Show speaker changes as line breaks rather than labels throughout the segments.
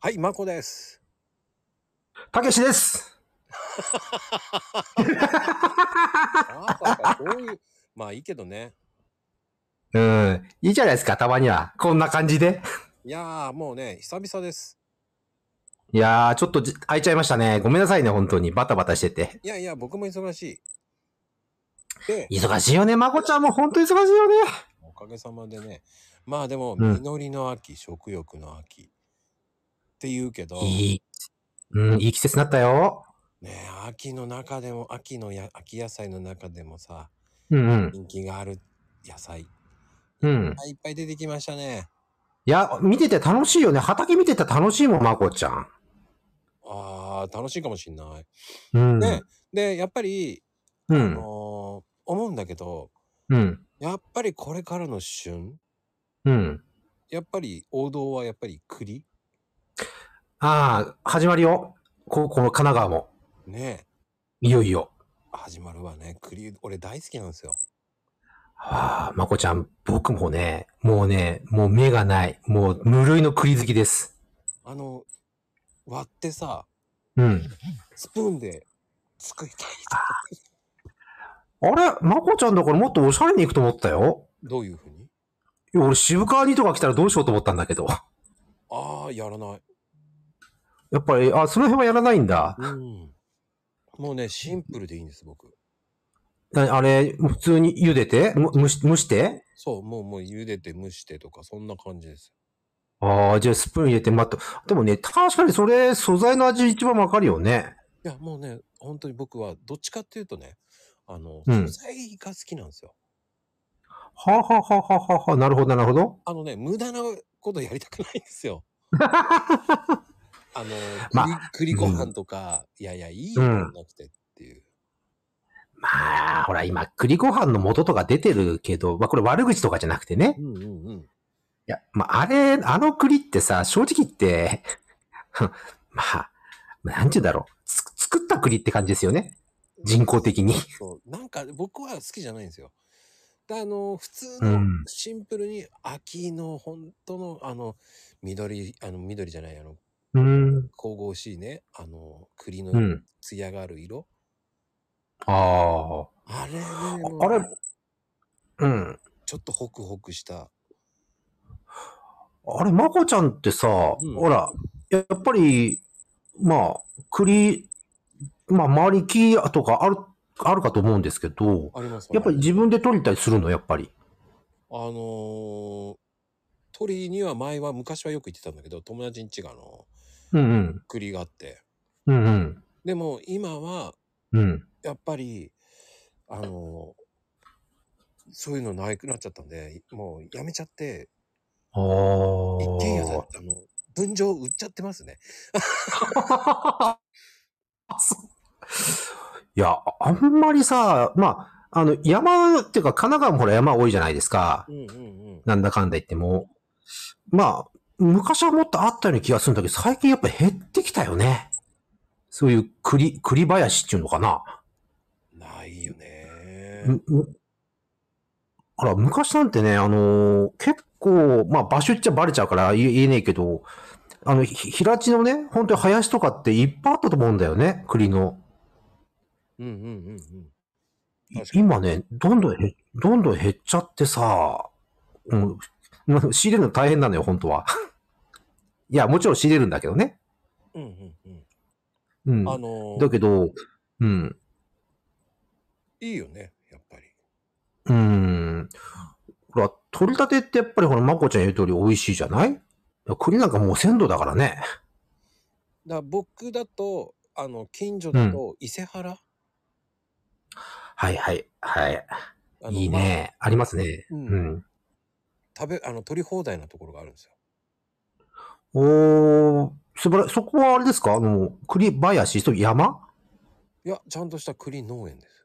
はい、まこ です。
たけしです。
ああ、そういう、まあいいけどね。
うん。いいじゃないですか、たまには。こんな感じで。
いやー、もうね、久々です。
いやー、ちょっとじ開いちゃいましたね。ごめんなさいね、本当に。バタバタしてて。
いやいや、僕も忙しい。で、
忙しいよね、まこちゃんも本当忙しいよね。
おかげさまでね、まあでも、
うん
実りの秋、食欲の秋って言うけど、
いい。うん、いい季節になったよ。
ねえ秋の中でも、秋のや、秋野菜の中でもさ、
うんうん。
人気がある野菜、いっ
うん。
ぱいいっぱい出てきましたね。
いや、見てて楽しいよね。畑見てて楽しいもん、まこちゃん。
あー、楽しいかもしんない。
うん。
ねで、やっぱり、
う
あ
ん。
のー思うんだけど、
うん。
やっぱりこれからの旬、
うん。
やっぱり王道はやっぱり栗
あー、始まるよ。こ、この神奈川も。
ね
いよいよ。
え、始まるわね。栗、俺大好きなんですよ。
ああ、まこちゃん、僕もね、もうね、もう目がない。もう無類の栗好きです。
あの、割ってさ、
うん。
スプーンで作りたい。
あれまこちゃんだからもっとおしゃれに行くと思ったよ。
どういうふうに
いや、俺渋川にとか来たらどうしようと思ったんだけど。
ああ、やらない。
やっぱり、あ、その辺はやらないんだ。
うん。もうね、シンプルでいいんです、僕。
なあれ、普通に茹でてむ蒸し、蒸して
そう、もう、もう茹でて蒸してとか、そんな感じです。
ああ、じゃあスプーン入れて待って。でもね、確かにそれ、素材の味一番わかるよね。
いや、もうね、本当に僕は、どっちかっていうとね、あの、
うん
素材が好きなんですよ。
はあ、はあはあはあはあ、なるほど、なるほど。
あのね、無駄なことやりたくないんです よ。あの、
ま
栗栗ご飯とか、いやいや、いいよ、
うん
なくてっていう。
まあ、ほら、今、栗ご飯の素とか出てるけど、まあこれ悪口とかじゃなくてね。
うんうんうん。
いや、まあ、あれ、あの栗ってさ、正直言って、 まあ、なんちゅうんだろう。つ作った栗って感じですよね。人工的に。
そう。なんか、僕は好きじゃないんですよ。であの、普通
う
の
ん、
シンプルに、秋の、本当の、あの、緑、あの、緑じゃない、あの、
うん。
神々しいね、あの、栗
う
の
ん。
艶がある色。
ああ。
あれね、もう
あれ、うん。
ちょっとホクホクした。
あれ、まこちゃんってさ、
うん
ほら、やっぱり、まあ、栗、まあ、周り木とかある、あるかと思うんですけど、
あります
やっぱり自分で取りたりするの、やっぱり。
あのー、鳥には前は昔はよく行ってたんだけど友達ん家があの
うんうん。
栗があって
うんうん。
でも今は
うん。
やっぱりあのー、そういうのなくなっちゃったんでもうやめちゃって
あ
一軒家で
あ。
あの分譲売っちゃってますね
いや、ああんまりさ、まあ、あの、山っていうか、神奈川もほら山多いじゃないですか
う。んうんうん
なんだかんだ言っても。まあ、昔はもっとあったような気がするんだけど、最近やっぱ減ってきたよね。そういう栗、栗林っていうのかな。
ないよね
むむあら、昔なんてね、あのー結構、まあ場所言っちゃバレちゃうから言え言えねえけど、あの、ひ平地のね、本当に林とかっていっぱいあったと思うんだよね、栗の。
うんうんうんうん
い
確かに
今ね、どんどんへ、どんどん減っちゃってさ、うん、な仕入れるの大変なのよ、本当は。 いや、もちろん仕入れるんだけどね。
うんうんうん
うん。
あの
だ
ー、
けど、うん、
いいよねやっぱり
うん。ほら、取り立てってやっぱりほら、まこちゃん言う通り美味しいじゃない栗なんかもう鮮度だからね。
だから僕だとあの近所だと伊勢原、
はいはい、はい。
あの
いいね。ありますね。
う
うんん。
食べ、あの、取り放題なところがあるんですよ。
おー、素晴らしい。そこはあれですかあの、栗林と山
いや、ちゃんとした栗農園です。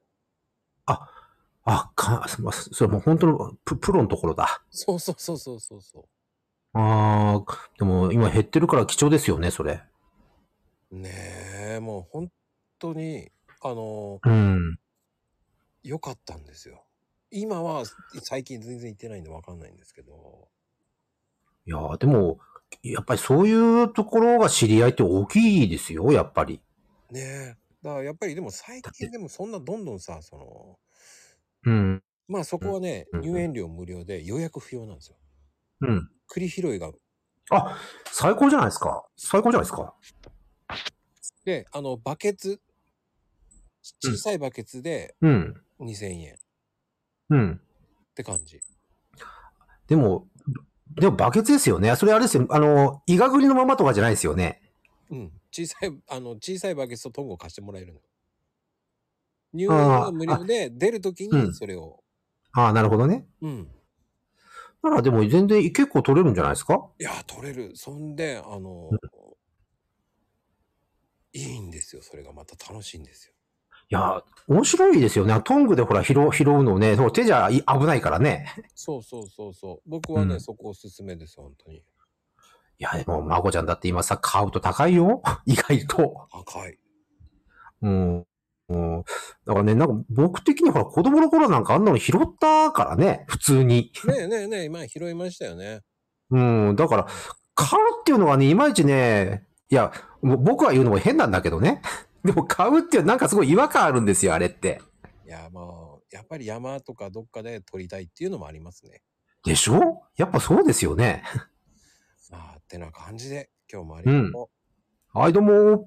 あ、か、そそれもう本当のププロのところだ。
そうそうそうそうそうそ
ああ、でも今減ってるから貴重ですよね、それ。
う。ねえ、もう本当に、あの、
うん。
良かったんですよ。今は最近全然行ってないんでわかんないんですけど。
いやー、でもやっぱりそういうところが知り合いって大きいですよ、やっぱり。
ねえ。だからやっぱりでも最近でもそんなどんどんさ、その、
うん。
まあそこはね、
うんうん
入園料無料で予約不要なんですよ。
うん。
栗拾いが。
あ、最高じゃないですか。最高じゃないですか。
で、あの、バケツ、ち
うん
小さいバケツで
うん。
2000円っ
うん。
て感じ。
でも、でもバケツですよね。それあれですよ。あの、イガグリのままとかじゃないですよね。
うん。小さい、 あの、小さいバケツとトングを貸してもらえるの。入園料
あー
は無料で、出るとき
う
に
ん
それを。
ああ、なるほどね。
うん。
ならでも全然結構取れるんじゃないですか
いやー、取れる。そんで、あの、
うん
いいんですよ。それがまた楽しいんですよ。
いや、面白いですよね。トングでほら拾う拾うのね、そう手じゃい危ないからね。
そうそうそうそう。僕はね、
うん
そこおすすめです、本当に。
いや、でも、孫ちゃんだって今さ、買うと高いよ。 意外と。
高い。
うん。うん、だからね、なんか僕的にほら、子供の頃なんかあんなの拾ったからね、普通に。
ねえねえねえ、今拾いましたよね。
うん、だから、買うっていうのがね、いまいちね、いや、もう僕は言うのも変なんだけどね。 でも買うっていうなんかすごい違和感あるんですよ、あれって。
いや、まあ、やっぱり山とかどっかで撮りたいっていうのもありますね。
でしょやっぱそうですよね。
まあ、ってな感じで、今日もありがとう。
はい、どうも。